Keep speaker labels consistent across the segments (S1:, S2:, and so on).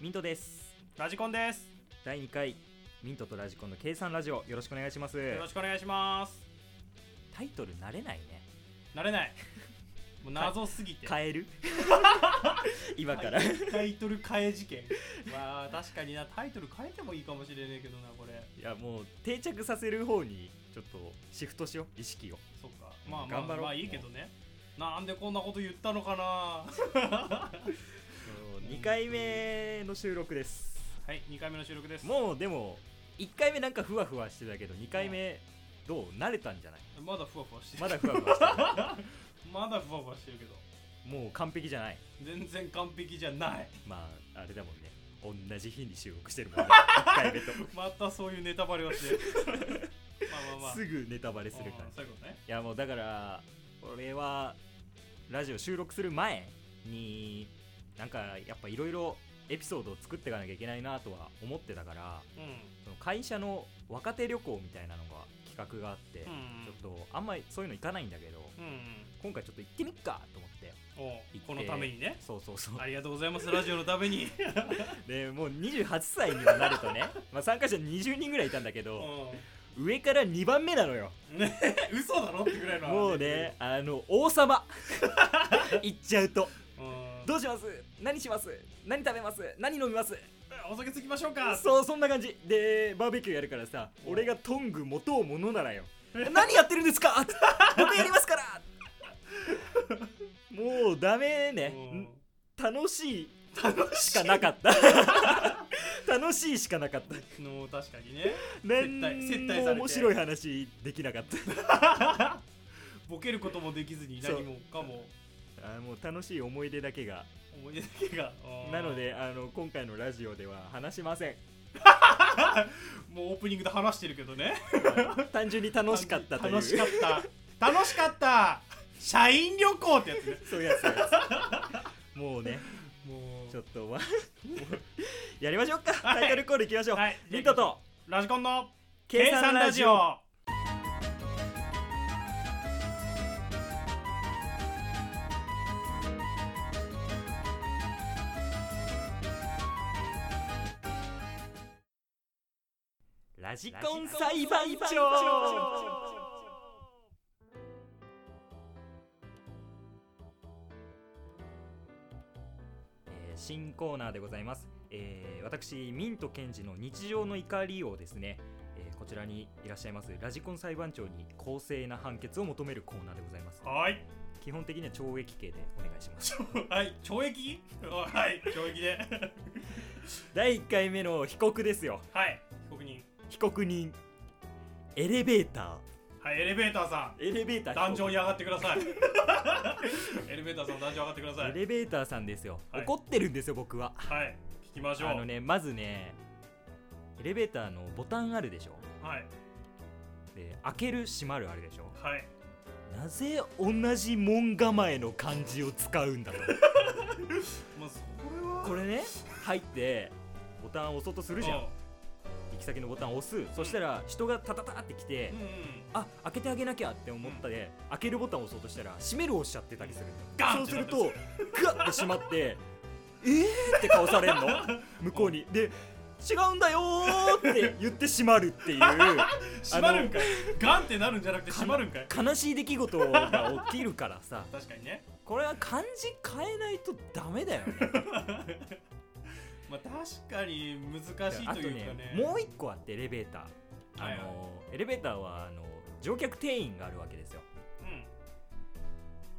S1: ミントです
S2: ラジコンです
S1: 第2回ミントとラジコンの計算ラジオよろしくお願いします
S2: よろしくお願いします
S1: タイトル慣れないね
S2: 慣れ ないもう謎すぎて
S1: 変え る今から
S2: タイタイトル変え 事件まあ確かになタイトル変えてもいいかもしれないけどなこれ
S1: いやもう定着させる方にちょっとシフトしよう意識を
S2: そっかまあまあ
S1: 頑張ろう
S2: まあいいけどねなんでこんなこと言ったのかな は
S1: 2回目の収録です
S2: い2回目の収録です
S1: もうでも1回目なんかふわふわしてたけど2回目どう慣れたんじゃない
S2: まだふわふわしてる
S1: まだふわふわしてる
S2: まだふわふわしてるけど
S1: もう完璧じゃない
S2: 全然完璧じゃない
S1: まああれだもんね同じ日に収録してるもんね1回 目と
S2: またそういうネタバレをし てるまあまあまあ
S1: すぐネタバレする
S2: う
S1: 感
S2: ん
S1: じ
S2: そういうことね
S1: いやもうだから俺はラジオ収録する前になんかやっぱいろいろエピソードを作っていかなきゃいけないなとは思ってたから
S2: うん
S1: その会社の若手旅行みたいなのが企画があって、
S2: うん
S1: ちょっとあんまりそういうの行かないんだけど
S2: うん
S1: 今回ちょっと行ってみっかと思って
S2: うんおうこのためにね
S1: そうそうそう
S2: ありがとうございますラジオのため に
S1: でもう28歳にはなると ねまあ参加者20人ぐらいいたんだけ
S2: う
S1: ど、
S2: ん
S1: 上から2番目なのよ
S2: ね嘘だろってぐらいの
S1: もうねあの王 様行っちゃうと
S2: うん
S1: どうします何します何食べます何飲みます
S2: お酒つきましょうか
S1: そうそんな感じでバーベキューやるからさ俺がトング持とうものならよ何やってるんです か僕やりますから もうダメね
S2: うん
S1: 楽しい
S2: 楽
S1: しかなかった 楽しいしかなかった
S2: の確かにね
S1: 何
S2: 接待され
S1: も
S2: て
S1: 面白い話できなかった
S2: ボケることもできずに
S1: そう
S2: 何もかも
S1: あーもう楽しい思い出だけが
S2: 思い出だけがうん
S1: なのであの今回のラジオでは話しません
S2: もうオープニングで話してるけどね
S1: 単純に楽しかったという
S2: 楽しかった楽しかった社員旅行ってやつね
S1: そういうやつそういうやつもうね
S2: もう
S1: ちょっとわやりましょうかタイトルコールいきましょう、
S2: はい
S1: リントと
S2: ラジコンの
S1: 計
S2: 計
S1: 算
S2: 算
S1: ラ
S2: ラ
S1: ジ
S2: ジ
S1: オ
S2: オ
S1: ラジコン裁判長えー新コーナーでございます、えー私ミント検事の日常の怒りをですね、えーこちらにいらっしゃいますラジコン裁判長に公正な判決を求めるコーナーでございます
S2: はい
S1: 基本的には懲役刑でお願いします
S2: はい懲役はい懲役で
S1: 第1回目の被告ですよ
S2: はい被告人
S1: 被告人エレベータ
S2: はいエレベーターさん
S1: ーエレベーター
S2: 壇
S1: 被告
S2: 上に上がってくださいエレベーターさん壇上上がってくださ
S1: エ
S2: い
S1: レベーターさんですよ、
S2: はい
S1: 怒ってるんですよ僕は
S2: はい聞きましょう
S1: あのねまずねエレベーターのボタンあるでしょ
S2: はい
S1: で開ける閉まるあるでしょ
S2: はい
S1: なぜ同じ門構えの漢字を使うんだと
S2: もうそれは
S1: これね入ってボタンを押そうとするじゃん
S2: う
S1: 行き先のボタンを押すそしたら人がタタタって来て、
S2: うんうん
S1: あ開けてあげなきゃって思ったで、開けるボタンを押そうとしたら閉めるを押しちゃってたりするんだよ
S2: ガン
S1: そう
S2: って
S1: す
S2: なっ
S1: るとグワッて閉ま
S2: て
S1: って えーって顔されんの向こうにで違うんだよーって言って閉まるって いう
S2: 閉まるんかいガンってなるんじゃなくて閉まるんかい
S1: 悲しい出来事が起きるからさ
S2: 確かにね
S1: これは漢字変えないとダメだよね
S2: まあ確かに難しい
S1: あ
S2: と
S1: と
S2: いうか
S1: ね
S2: ね
S1: もう一個あってエレベーターあの、
S2: はいはい
S1: エレベーターはあの乗客定員があるわけですよ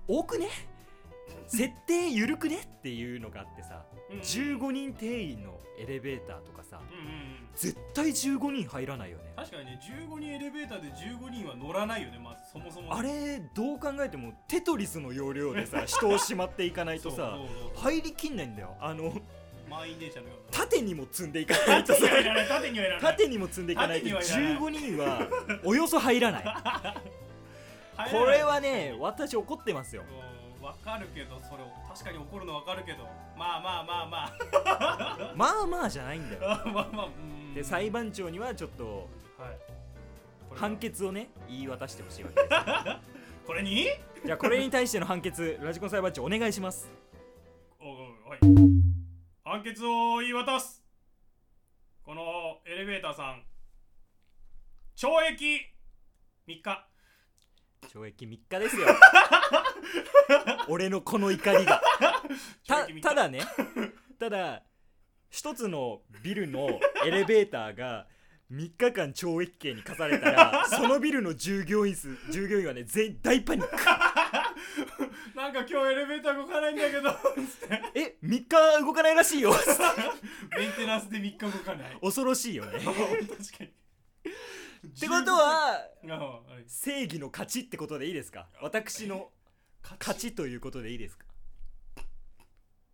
S2: うん
S1: 多くね 設定緩くねっていうのがあってさ
S2: うん
S1: 15人定員のエレベーターとかさ
S2: うんうんうん
S1: 絶対15人入らないよね
S2: 確かにね15人エレベーターで15人は乗らないよねまずそもそも
S1: あれどう考えてもテトリスの要領でさ人をしまっていかないとさ
S2: そうそうそ
S1: 入りきんないんだよあの
S2: う満員電車のよう
S1: 縦にも積ん でいかな
S2: ない
S1: と
S2: 縦
S1: さ
S2: にはいらない縦にはいらない
S1: 縦にも積んでいかないと
S2: 縦にはいらない
S1: 15人はおよそ入ら ない
S2: 入ら
S1: こ
S2: ない
S1: れはね私怒ってますよ
S2: うんわかるけどそれ確かに怒るのわかるけどまあまあまあまあ
S1: まあまあじゃないんだよ
S2: まあま あまあうん
S1: で裁判長にはちょっと
S2: はいこれ
S1: 判決をね言い渡してほしいわけですよ
S2: これに
S1: じゃあこれに対しての判決ラジコン裁判長お願いします
S2: おおおい判決を言い渡すこのエレベーターさん懲役3日
S1: 懲役3日ですよ俺のこの怒りがた
S2: 懲役3日
S1: ただねただ一つのビルのエレベーターが3日間懲役刑に課されたらそのビルの従業員数従業員はね全員大パニック
S2: なんか今日エレベーター動かないんだけど
S1: え3日動かないらしいよ
S2: メンテナンスで3日動かない
S1: 恐ろしいよね
S2: 確かに
S1: ってことは
S2: ああはい
S1: 正義の勝ちってことでいいですか私の勝
S2: 勝ち
S1: ちということでいいですか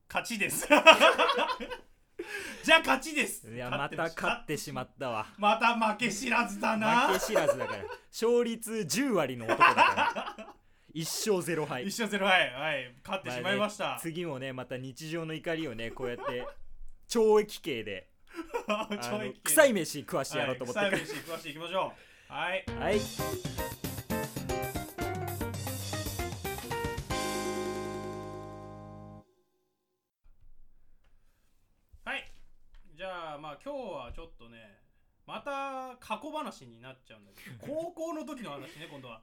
S2: 勝ちです じゃあ勝ちです
S1: いやまた勝ってしまったわ
S2: また負け知らずだな
S1: 負け知らずだから勝率10割の男だから一生ゼロ敗
S2: 一勝ゼロはいはい勝ってしまいました、
S1: あね次もねまた日常の怒りをねこうやって懲役刑で あの
S2: 懲役
S1: 臭い飯食わしてやろうと思って
S2: は
S1: る
S2: い、臭い飯詳しい行きましょうはい
S1: はい
S2: はいじゃあまあ今日はちょっとねまた過去話になっちゃうんだけ ど高校の時の話ね今度は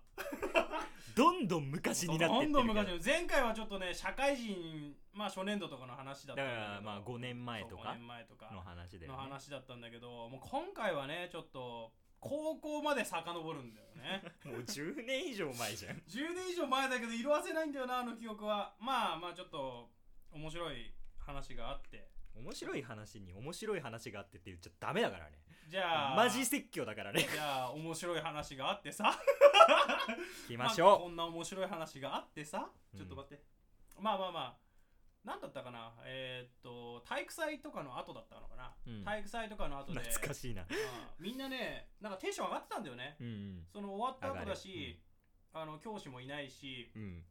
S1: どんどん昔になってって
S2: どんどん昔
S1: だ
S2: の前回はちょっとね社会人まあ初年度とかの話だったんだけ
S1: か
S2: ど
S1: らまあ5年前と
S2: そう5
S1: か
S2: 年前とか
S1: の話で、ね
S2: の、話だったんだけどもう今回はねちょっと高校まで遡るんだよ ね
S1: もう10年以上前じゃん
S2: 10年以上前だけど色褪せないんだよなあの記憶はまあまあちょっと面白い話があって
S1: 面白い話に面白い話があってって言っちゃダメだからね
S2: じゃあ
S1: マジ説教だから ね
S2: じゃあ面白い話があってさ
S1: 行きまし
S2: あ
S1: ょ
S2: こんな面白い話があってさちょっと待って、まあまあまあ何だったかなえーっと体育祭とかの後だったのかな、
S1: うん
S2: 体育祭とかの後
S1: う
S2: で
S1: 懐かしいな
S2: まあみんなねなんかテンション上がってたんだよね
S1: うん
S2: その終わった後だ
S1: 上がる
S2: し、あの教師もいないし
S1: うん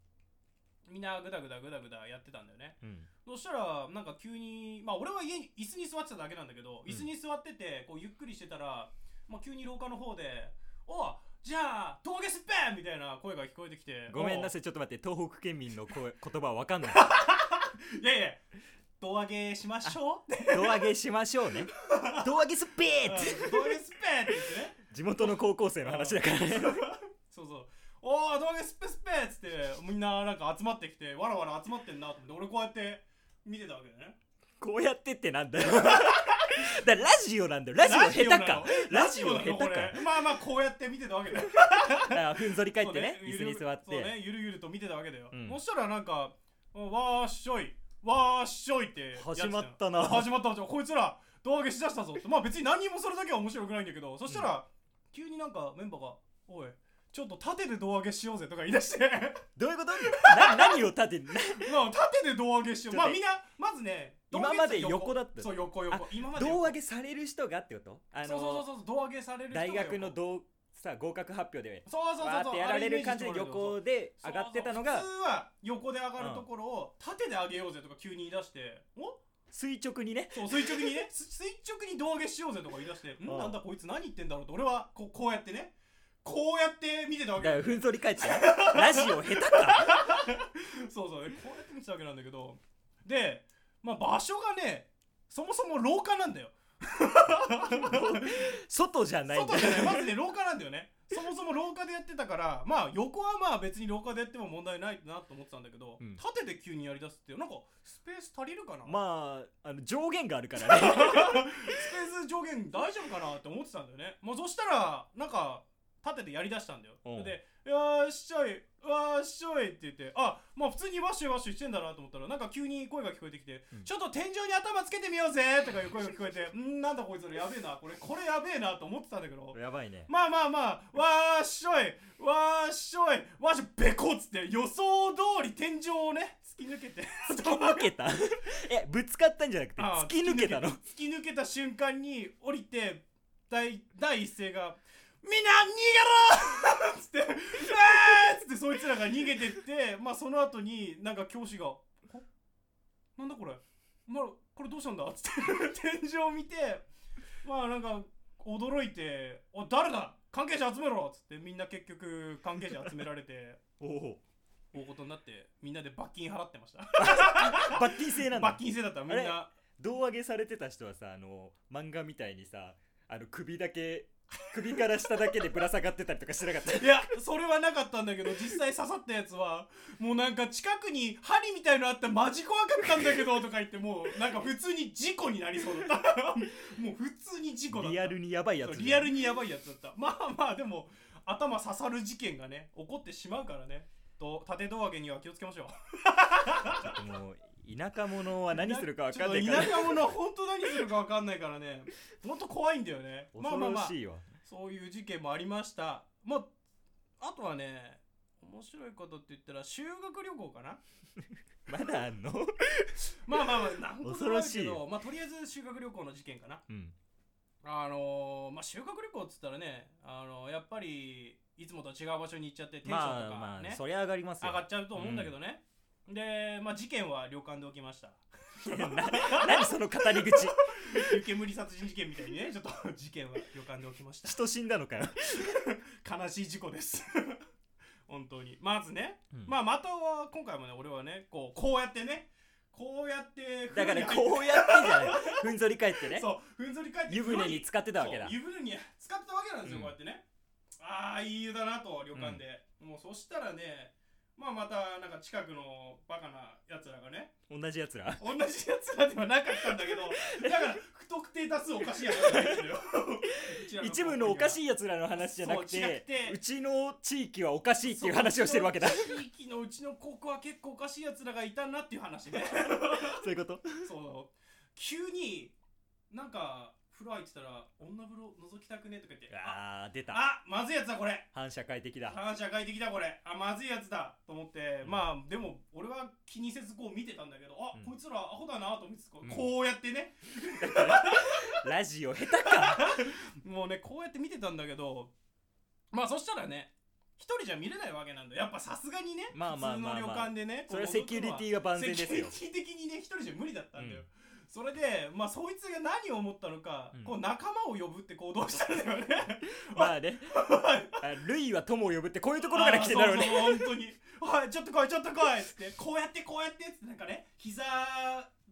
S2: みんなグダグダグダグダやってたんだよね
S1: うん
S2: そしたらなんか急にまあ俺は家に椅子に座ってただけなんだけど
S1: うん
S2: 椅子に座っててこうゆっくりしてたら、まあ、急に廊下の方で「おうじゃあ峠すっぺん!」みたいな声が聞こえてきて
S1: ごめんな
S2: さ
S1: さいちょっと待って東北県民の声 言葉わかん ない
S2: いいやいや胴上げしましょ うって
S1: 胴上げしましょ うね胴上げスピーッ
S2: うん胴上げすっぺんって言ってね
S1: 地元の高校生の話だからね
S2: そうそうおー胴上げすっぺすっぺっつってみんななんか集まってきてわらわら集まってんなと思って俺こうやって見てたわけだよね
S1: こうやってってなんだよ だからラジオなんだよラジオ下手かラジオ
S2: なの
S1: 下手
S2: こ
S1: か
S2: れまあまあこうやって見てたわけだよ
S1: あふんぞり返っ
S2: そう
S1: てね椅子に座っ
S2: ゆるそう
S1: て
S2: ねゆるゆると見てたわけだよ、
S1: うん
S2: そしたらなんかうんわーっしょいわーっしょいってやつだよ
S1: 始まったな
S2: 始まったじゃこいつら胴上げしだしたぞってまあ別に何にもそれだけは面白くないんだけどそしたら、急になんかメンバーが「おいちょっと縦で胴上げしようぜ」とか言い 出して
S1: どういうこと な何を 立てな
S2: まあ縦で胴上げしよう
S1: ちょっ
S2: まあ
S1: と
S2: みんなまずね
S1: 今まで横だった
S2: そう横
S1: あ
S2: 横今まで
S1: 胴上
S2: げ
S1: げされる人がってことあ
S2: そうそう
S1: の
S2: そうそう胴上げされる人が
S1: 大
S2: 横
S1: 学の同さ合格発表で
S2: そうそうそ
S1: わー
S2: う
S1: っ
S2: そう
S1: てやられる感じで
S2: あイメージしてもらえる
S1: 横で
S2: そう
S1: 上
S2: そう
S1: がってたのが
S2: 普通は横で上がるところを縦で上げようぜとか急に言い出して、お
S1: 垂直にね
S2: そう垂直にね す垂直に胴上げしようぜとか言い出して、ん
S1: うん
S2: なんだこいつ何言ってんだろうと俺はこうこうやってねこうやって見てたわ
S1: だ
S2: け
S1: からふんぞり返ってねラジオ下手か
S2: そうそうこうやって見てたわけなんだけどで、まあ、場所がねそもそも廊下なんだよ
S1: 外じゃないんだ
S2: 外じゃないまずね廊下なんだよねそもそも廊下でやってたからまあ横はまあ別に廊下でやっても問題ないなと思ってたんだけど、
S1: うん
S2: 縦で急にやりだすってなんかスペース足りるかな
S1: まああの上限があるから ね
S2: スペース上限大丈夫かなって思ってたんだよねもうそしたらなんか立ててやりだしたんだよ
S1: うん
S2: で「よーっしょいよーっしょい」って言ってあまあ普通にワッシュイワッシュしてんだなと思ったらなんか急に声が聞こえてきて「
S1: うん
S2: ちょっと天井に頭つけてみようぜ」とかいう声が聞こえて「んなんだこいつらやべえなこれこれやべえな」と思ってたんだけど
S1: やばいね
S2: まあまあまあわーっしょいわーっしょいわーっしょいべこっつって予想通り天井をね突き抜けて
S1: 突き抜けたえぶつかったんじゃなくて
S2: ああ
S1: 突き抜けたの
S2: 突き抜け突き抜けた瞬間に降りて第第一声が「みんな逃げろ!」 っつって「うわー!」っつってそいつらが逃げてってまあその後になんか教師があ「なんだこれ、まあ、これどうしたんだ?」っつって天井を見てまあなんか驚いて「お誰だ関係者集めろ!」っつってみんな結局関係者集めら れて
S1: おお
S2: 大事になってみんなで罰金払ってました
S1: 罰金制なんだ
S2: 罰金制だったみん
S1: あ
S2: な
S1: 胴上げされてた人はさあの漫画みたいにさあの首だけ首から下だけでぶら下がってたりとかしなかった
S2: いやそれはなかったんだけど実際刺さったやつはもうなんか近くに針みたいのあってマジ怖かったんだけどとか言ってもうなんか普通に事故になりそうだった もう普通に事故だった
S1: リアルにやばいや
S2: そう
S1: つ
S2: リアルにやばいやつだったまあまあでも頭刺さる事件がね起こってしまうからねと縦胴上げには気をつけましょう
S1: ちょっともう田舎者は何するか分かんない
S2: ち
S1: か
S2: ょっ
S1: ら
S2: と田舎者は本当何するか分かんないからねほんと怖いんだよねまあま
S1: 恐ろ
S2: あまあ
S1: しいわ、
S2: そういう事件もありましたまああとはね面白いことって言ったら修学旅行かな
S1: まだあんの
S2: まあまあま あなんと
S1: 恐
S2: な
S1: ろ
S2: い
S1: し
S2: け
S1: い
S2: ど
S1: よ
S2: まあとりあえず修学旅行の事件かな
S1: うん
S2: あのーまあ修学旅行っつったらねあのーやっぱりいつもとは違う場所に行っちゃってテンションとかね、
S1: まあまあ、そりゃ上がりますよ
S2: 上がっちゃうと思うんだけどね、で、まあ、事件は旅館で起きました
S1: 何その語り口
S2: 湯煙殺人事件みたいにねちょっと事件は旅館で起き ました
S1: 人死んだのかよ、
S2: 悲しい事故です 本当にまずね、
S1: うん
S2: まあ、または今回もね俺はねこうこうやってねこうやって
S1: だから
S2: 風
S1: こ
S2: 呂に入っ
S1: うやってんじゃないふんぞり返ってね
S2: そうふんぞり返って
S1: 湯船に使ってたわけだ
S2: そう湯船に使ってたわけなんですよ、
S1: うん
S2: こうやってねああいい湯だなと旅館で、もうそしたらねまあまたなんか近くのバカなやつらがね
S1: 同じやつら
S2: 同じやつらではなかったんだ けどだから不特定多数おかしいやつなんですようちら
S1: 一部のおかし
S2: い
S1: いやつらの話じゃなく
S2: そう違く
S1: て
S2: て
S1: うちの地域はおかしいっていう話をしてるわけだそ
S2: 地域のうちの高校は結構おかしいやつらがいたなっていう 話ね
S1: ういうこと
S2: そう急になんか風呂入ってたら女風呂覗きたくねとか言ってあ
S1: あー出た
S2: あまずいやつだこれ
S1: 反社会的だ
S2: 反社会的だこれあまずいやつだと思って、
S1: うん
S2: まあでも俺は気にせずこう見てたんだけどあ、
S1: うん
S2: こいつらアホだなと思ってこう,、
S1: うん
S2: こうやってね
S1: ラジオ下手
S2: もうねこうやって見てたんだけどまあそしたらね一人じゃ見れないわけなんだよやっぱさすがにね
S1: まあまあまあまあ
S2: 普通の旅館でね
S1: それはセキュリテ
S2: ィ
S1: ィが万全ですよ
S2: セキュリティ的にね一人じゃ無理だったんだよ、
S1: うん
S2: それでまあそいつが何を思ったのか、
S1: うん
S2: こう仲間を呼ぶって行動したんだよね
S1: まあね あルイは友を呼ぶってこう いうところから来てんだろうね
S2: あーそうそう本当に 「おいちょっと来いちょっと来い」っつってこうやってこうやってっつってなんかね膝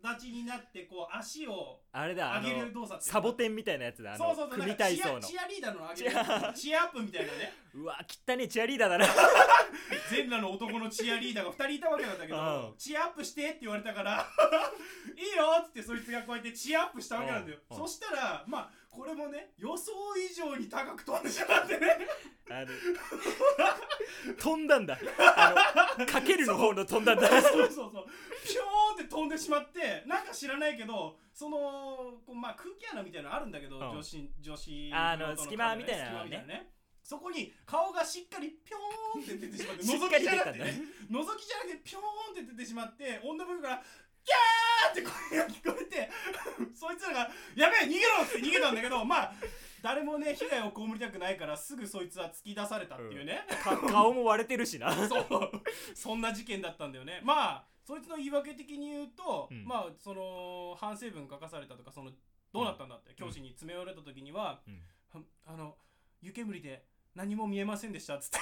S2: 立ちになってこう足を
S1: あれだあ
S2: 上
S1: の
S2: げる動作っていうの
S1: サボテンみたいなやつだあ
S2: そう
S1: の
S2: そうそうなん
S1: 組
S2: か
S1: 体
S2: チ
S1: 操
S2: ア
S1: の
S2: チアリーダーの上げるチアアップみたいなね
S1: うわ汚ねえチアリーダーだな
S2: 全裸の男のチアリーダーが2人いたわけなんだけ
S1: う
S2: ど
S1: ん
S2: チアアップしてって言われたから 「いいよ」っつってそいつがこうやってチアアップしたわけなんだよ
S1: うん
S2: そしたらまあこれもね予想以上に高く飛んでしまっ てね
S1: あの飛んだんだあのかけるの方の飛んだんだ
S2: そうそうそうピョーンって飛んでしまってなんか知らないけどそのこうまあ空気穴みたいなのあるんだけど
S1: うん
S2: 女子女子
S1: あの
S2: 用途
S1: 隙間
S2: 壁ね
S1: みたいなのね
S2: 隙間みたいそこに顔がしっかりピョーンって出てしまっ て
S1: しっ
S2: 覗
S1: かり
S2: き
S1: 出
S2: じゃな
S1: た
S2: く
S1: ん
S2: て
S1: だ
S2: ね
S1: ね
S2: 覗きじゃなくてピョーンって出てしまって女の子から「キャー!」って声が聞こえて そいつらが「やべえ逃げろ!」って逃げたんだけどまあ誰もね被害を被りたくないからすぐそいつは突き出されたっていうね、
S1: か顔も割れてるしな
S2: そう そんな事件だったんだよねまあそいつの言い訳的に言うと、
S1: うん
S2: まあその反省文書かされたとかそのどうなったんだって、教師に詰め寄られた時には、
S1: うん
S2: はあの湯煙で何も見えませんでしたっつって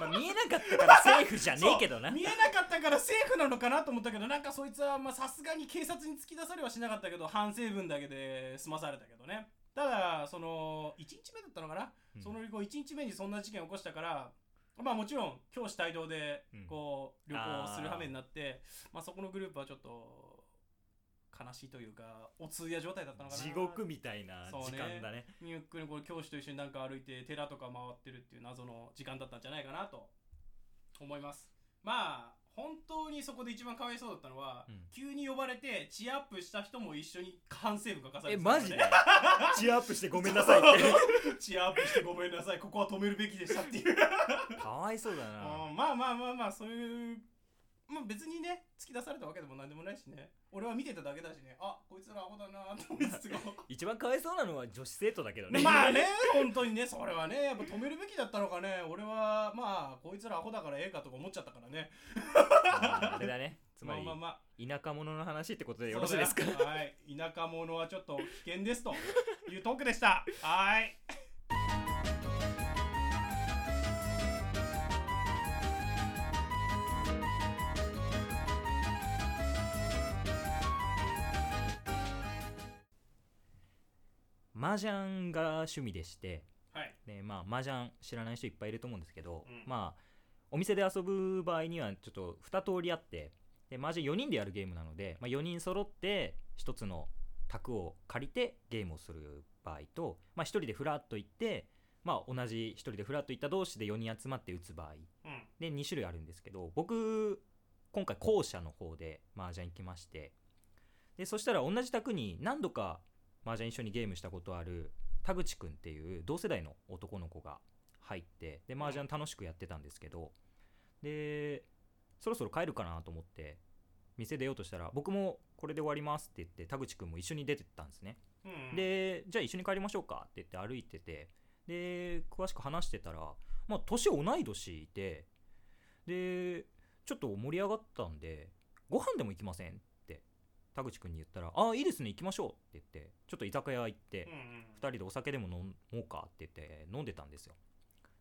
S1: まあ見えなかった からセーフじゃねえけどな
S2: 見えなかったからセーフなのかなと思ったけどなんかそいつはまあさすがに警察に突き出されはしなかったけど反省文だけで済まされたけどねただその1日目だったのかな、
S1: うん
S2: その旅行1日目にそんな事件を起こしたからまあもちろん教師帯同で
S1: うん
S2: こう旅行をする羽目になって、まあそこのグループはちょっと悲しいというかお通夜状態だったのかな
S1: 地獄みたいな時間だね
S2: ゆっくりこれ教師と一緒になんか歩いて寺とか回ってるっていう謎の時間だったんじゃないかなと思いますまあ本当にそこで一番かわいそうだったのは、
S1: うん
S2: 急に呼ばれてチアアップした人も一緒に反省文書かされ
S1: え
S2: てた
S1: マジでチアアップしてごめんなさいっ
S2: チアアップしてごめんなさいここは止めるべきでしたっ ていう、
S1: てかわいそうだな
S2: うんまあまあまあまあそういうまあ別にね突き出されたわけでも何でもないしね俺は見てただけだしねあこいつらアホだなと思いつつも
S1: 一番かわいそうなのは女子生徒だけどね
S2: まあね、本当にね、それはね、やっぱ止めるべきだったのかね、俺は、まあ、こいつらアホだからええかとか思っちゃったからね。
S1: あれだねつまり
S2: まあまあ
S1: 田舎者の話ってこと
S2: まあ、
S1: でよろしいですか
S2: そうだなはい、田舎者はちょっと危険ですというトークでした。はい。
S1: 麻雀が趣味でして
S2: はい
S1: でまあ麻雀知らない人いっぱいいると思うんですけど、
S2: うん
S1: まあお店で遊ぶ場合にはちょっと2通りあってで麻雀4人でやるゲームなので、まあ、4人揃って1つの卓を借りてゲームをする場合と、まあ、1人でフラッと行って、まあ、同じ1人でフラッと行った同士で4人集まって打つ場合
S2: うん
S1: で2種類あるんですけど僕今回校舎の方で麻雀行きましてでそしたら同じ卓に何度か麻雀一緒にゲームしたことある田口くんっていう同世代の男の子が入ってで麻雀楽しくやってたんですけどでそろそろ帰るかなと思って店出ようとしたら僕もこれで終わりますって言って田口くんも一緒に出てったんですね
S2: うん
S1: でじゃあ一緒に帰りましょうかって言って歩いててで詳しく話してたらまあ年同い年ででちょっと盛り上がったんでご飯でも行きませんって田口くんに言ったら「ああいいですね行きましょう」って言ってちょっと居酒屋行って、
S2: うんうん
S1: 2人でお酒でも飲もうかって言って飲んでたんですよ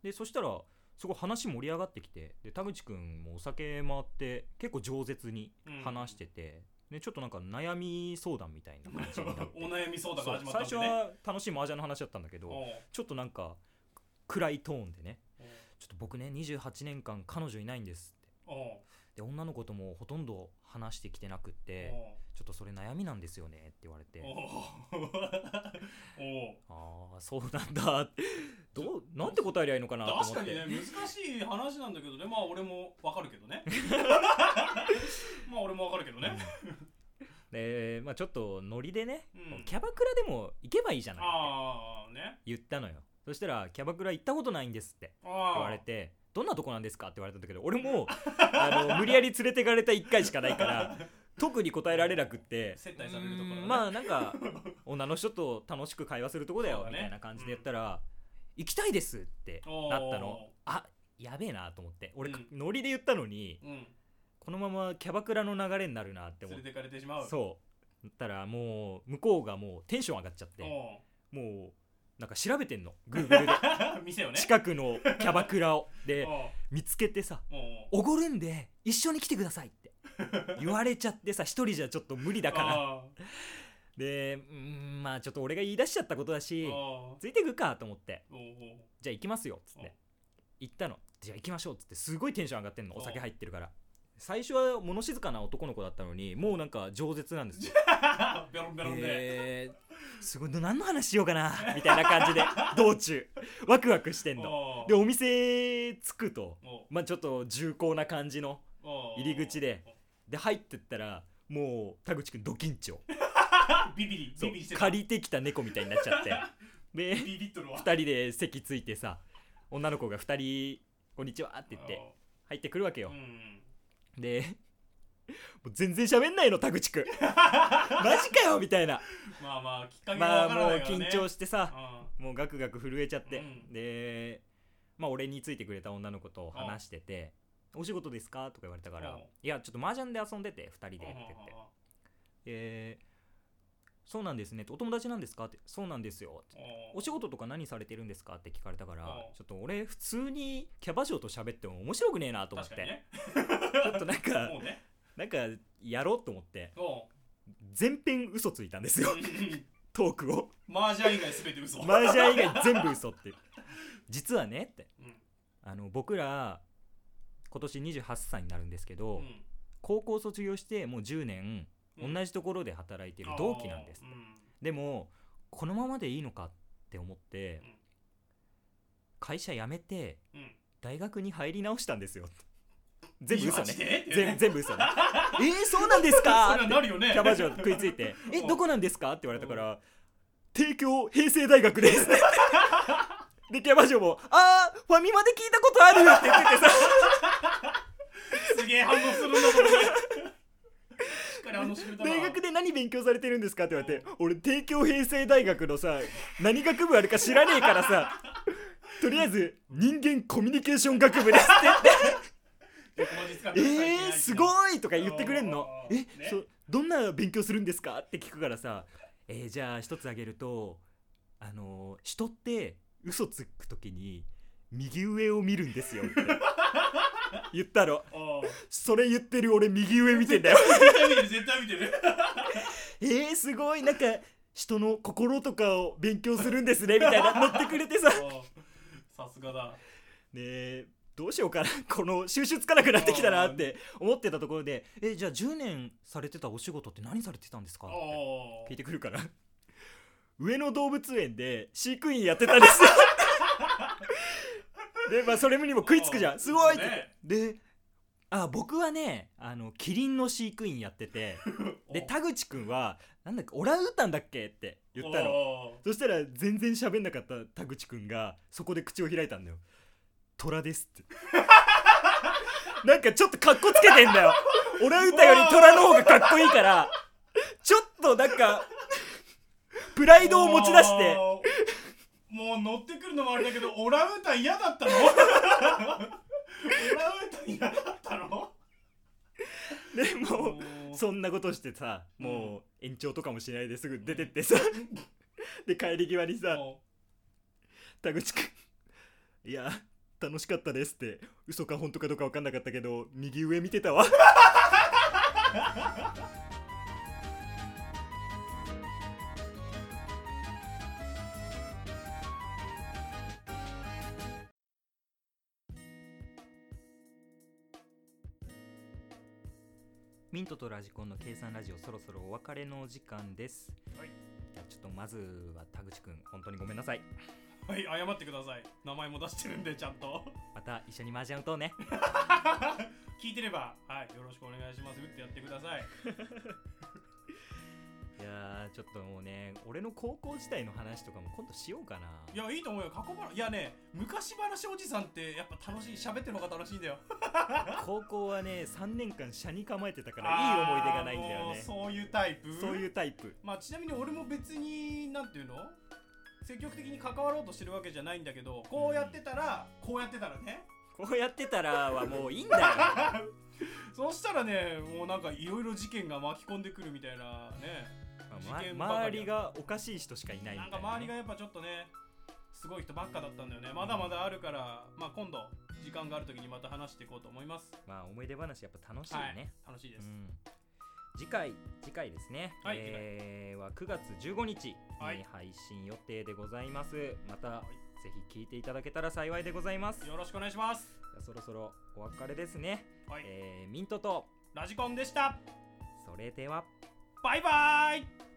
S1: でそしたらすごい話盛り上がってきてで田口くんもお酒回って結構饒舌に話してて、でちょっとなんか悩み相談みたいな感じにな って
S2: お悩み相談が始まったんで、ね、
S1: そう最初は楽しい麻雀の話だったんだけど
S2: おう
S1: ちょっとなんか暗いトーンでね
S2: おう
S1: ちょっと僕ね28年間彼女いないんですって
S2: おう
S1: で女の子ともほとんど話してきてなくってちょっとそれ悩みなんですよねって言われて
S2: おうお うおう
S1: ああそうなんだ ってどうなんて答えりゃいいのかなと思って
S2: 確かにね難しい話なんだけどねまあ俺もわかるけ どねまあ俺もわかるけどね、
S1: でまあちょっとノリでね、
S2: うん
S1: キャバクラでも行けばいいじゃないって
S2: ああね
S1: 言ったのよそしたらキャバクラ行ったことないんですって
S2: ああ
S1: 言われてどんなとこなんですかって言われたんだけど俺もあの無理やり連れてかれた1回しかない から特に答えられなくって
S2: 接待されるところね
S1: うーんまあなんか女の人と楽しく会話するとこだよ
S2: そうだね
S1: みたいな感じでやったら、行きたいですってなったのあやべえなと思って俺、
S2: うん
S1: ノリで言ったのに
S2: うん
S1: このままキャバクラの流れになるなって思
S2: 連
S1: っ
S2: れ
S1: て
S2: てかれてしまう
S1: そうだったらもう向こうがもうテンション上がっちゃって
S2: おう
S1: もうなんか調べてんの Google で
S2: 店 をね
S1: 近くのキャバクラをで
S2: おう
S1: 見つけてさ
S2: おう
S1: 「おごるんで一緒に来てください」って 言われちゃってさ一人じゃちょっと無理だから
S2: あ
S1: でうーんまあちょっと俺が言い出しちゃったことだ
S2: ー
S1: し
S2: あ
S1: ついてくかと思って
S2: ーおうおう
S1: じゃあ行きますよっつっ
S2: うん
S1: て行ったのじゃあ行きましょうっつってすごいテンション上がってんのお酒
S2: うん
S1: 入ってるから最初は物静かな男の子だったのにもうなんか饒舌なん ですよ
S2: ベロンベロンで、
S1: えー、すごい何の話しようかな みたいな感じで道中ワクワクしてんの
S2: おう
S1: でお店着くと
S2: おう
S1: まあちょっと重厚な感じの
S2: おう
S1: 入り口でで入ってったらもう田口くんド緊張
S2: あビビり
S1: そう
S2: ビビりしてた
S1: 借りてきた猫みたいになっちゃってで
S2: ビビっとるわ
S1: 2人で席ついてさ女の子が2人「こんにちは」って言って入ってくるわけ
S2: おう
S1: よ
S2: う、ん
S1: で もう全然喋んないの田 口くんマジかよみたいな
S2: まあまあきっかけが
S1: ま
S2: わ
S1: あ
S2: から
S1: もう
S2: ないから、ね、
S1: 緊張
S2: し
S1: してさ
S2: あ
S1: もうガクガク震えちゃって、
S2: うん
S1: でまあ俺についてくれた女の子と話してて「お仕事ですか?」とか言われたから
S2: うん
S1: 「いやちょっと麻雀で遊んでて2人で」って言って
S2: お
S1: 「えーそうなんですね」って「お友達なんですか?」って「そうなんですよ」ってお仕事とか何されてるんですかって聞かれたから
S2: うん
S1: ちょっと俺普通にキャバ嬢と喋っても面白くねえなと思っ
S2: 確
S1: て、
S2: かにね
S1: ちょっとなんか
S2: もうね
S1: なんかやろうと思って
S2: おう
S1: 全編嘘ついたん ですよトークを
S2: マージャン以外全て嘘
S1: マージャン以外全部嘘っていう実はねって
S2: うん
S1: あの僕ら今年28歳になるんですけど、
S2: うん
S1: 高校卒業してもう10年
S2: うん
S1: 同じところで働いてる同期なんです、
S2: あーうん
S1: でもこのままでいいのかって思って
S2: うん
S1: 会社辞めて
S2: うん
S1: 大学に入り直したんですよ全部嘘
S2: マジ
S1: ね
S2: で
S1: 全全部嘘ねえー、そうなんですか
S2: それはなるよね
S1: キャバ嬢食いついて「え
S2: うん
S1: どこなんですか?」って言われたから「帝京平成大学です」でキャバ嬢も「あーファミマで聞いたことある」って言っててさ
S2: すげえ反応するんだこれねしっかり反応してくれたな
S1: 大学で何勉強されてるんですかって言われて俺帝京平成大学のさ何学部あるか知らねえからさとりあえず人間コミュニケーション学部ですって言って「えー、す
S2: い
S1: ごい!」とか言ってくれんの「
S2: うん
S1: え、
S2: ね
S1: そうどんな勉強するんですか?」って聞くからさ「えー、じゃあ一つあげるとあのー人って嘘つくときに右上を見るんですよ」って言ったろそれ言ってる俺右上見てんだよ
S2: 絶対見てる絶対見てる
S1: えー、すごいなんか人の心とかを勉強するんですねみたいな乗ってくれてさね
S2: さすがだ
S1: えどうしようかなこの収集つかなくなってきたなって思ってたところで「えじゃあ10年されてたお仕事って何されてたんですか?」って
S2: お
S1: 聞いてくるから上野動物園で飼育員やってたんですよでまあそれにも食いつくじゃんすごいって、
S2: ね
S1: であ僕はねあのキリンの飼育員やっててで田口くんはなんだっけオランウータンだっけって言ったの
S2: の
S1: そしたら全然喋んなかった田口くんがそこで口を開いたんだよ「虎です」って なんかちょっとかっこつけてんだよオランウータンより虎の方がかっこいいからちょっとなんかプライドを持ち出して
S2: もう乗ってくるのもあれだけどオランウータン嫌だったのオランウータン嫌だったの
S1: でも
S2: お
S1: う
S2: ー
S1: そんなことしてさもう延長とかもしないですぐ出てってさで帰り際にさ
S2: お
S1: 田口くんいや楽しかったですって嘘か本当かどうか分かんなかったけど右上見てたわミントとラジコンの計算ラジオそろそろお別れのお時間です、
S2: はい
S1: じゃあちょっとまずは田口くん本当にごめんなさい
S2: はい謝ってください名前も出してるんでちゃんと
S1: また一緒に麻雀打とう ね
S2: 聞いてればはいよろしくお願いします打ってやってください
S1: いやーちょっともうね俺の高校時代の話とかも今度しようかない
S2: やいいと思うよ過去話いやね昔話おじさんってやっぱ楽しい喋ってる方が楽しいんだよ
S1: 高校はね3年間車に構えてたからいい思い出がないんだよ
S2: あーもう
S1: ね
S2: そういうタイプ
S1: そういうタイプ
S2: まあちなみに俺も別になんていうの積極的に関わろうとしてるわけじゃないんだけどこうやってたらこうやってたらね
S1: こうやってたらはもういいんだ よ
S2: そうしたらねもうなんかいろいろ事件が巻き込んでくるみたいなね事件ば
S1: ま
S2: か
S1: 周
S2: り
S1: りがおかしい人しかいないみ
S2: な
S1: たい
S2: ん
S1: な
S2: か
S1: ね、
S2: 周りがやっぱちょっとねすごい人ばっかだったんだよねまだまだあるからまあ今度時間がある時にまた話していこうと思います
S1: まあ思い出話やっぱ楽しい
S2: はい
S1: ね、
S2: 楽しいで
S1: う
S2: す、
S1: ん次回次回ですね、
S2: はい
S1: えーは9月15日に
S2: はい
S1: 配信予定でございます、また、ぜひ聞いていただけたら幸いでございますじゃ
S2: よろしくお願いします
S1: あそろそろお別れですね、
S2: はい、
S1: えーミントと
S2: ラジコンでした
S1: それでは
S2: バイバイ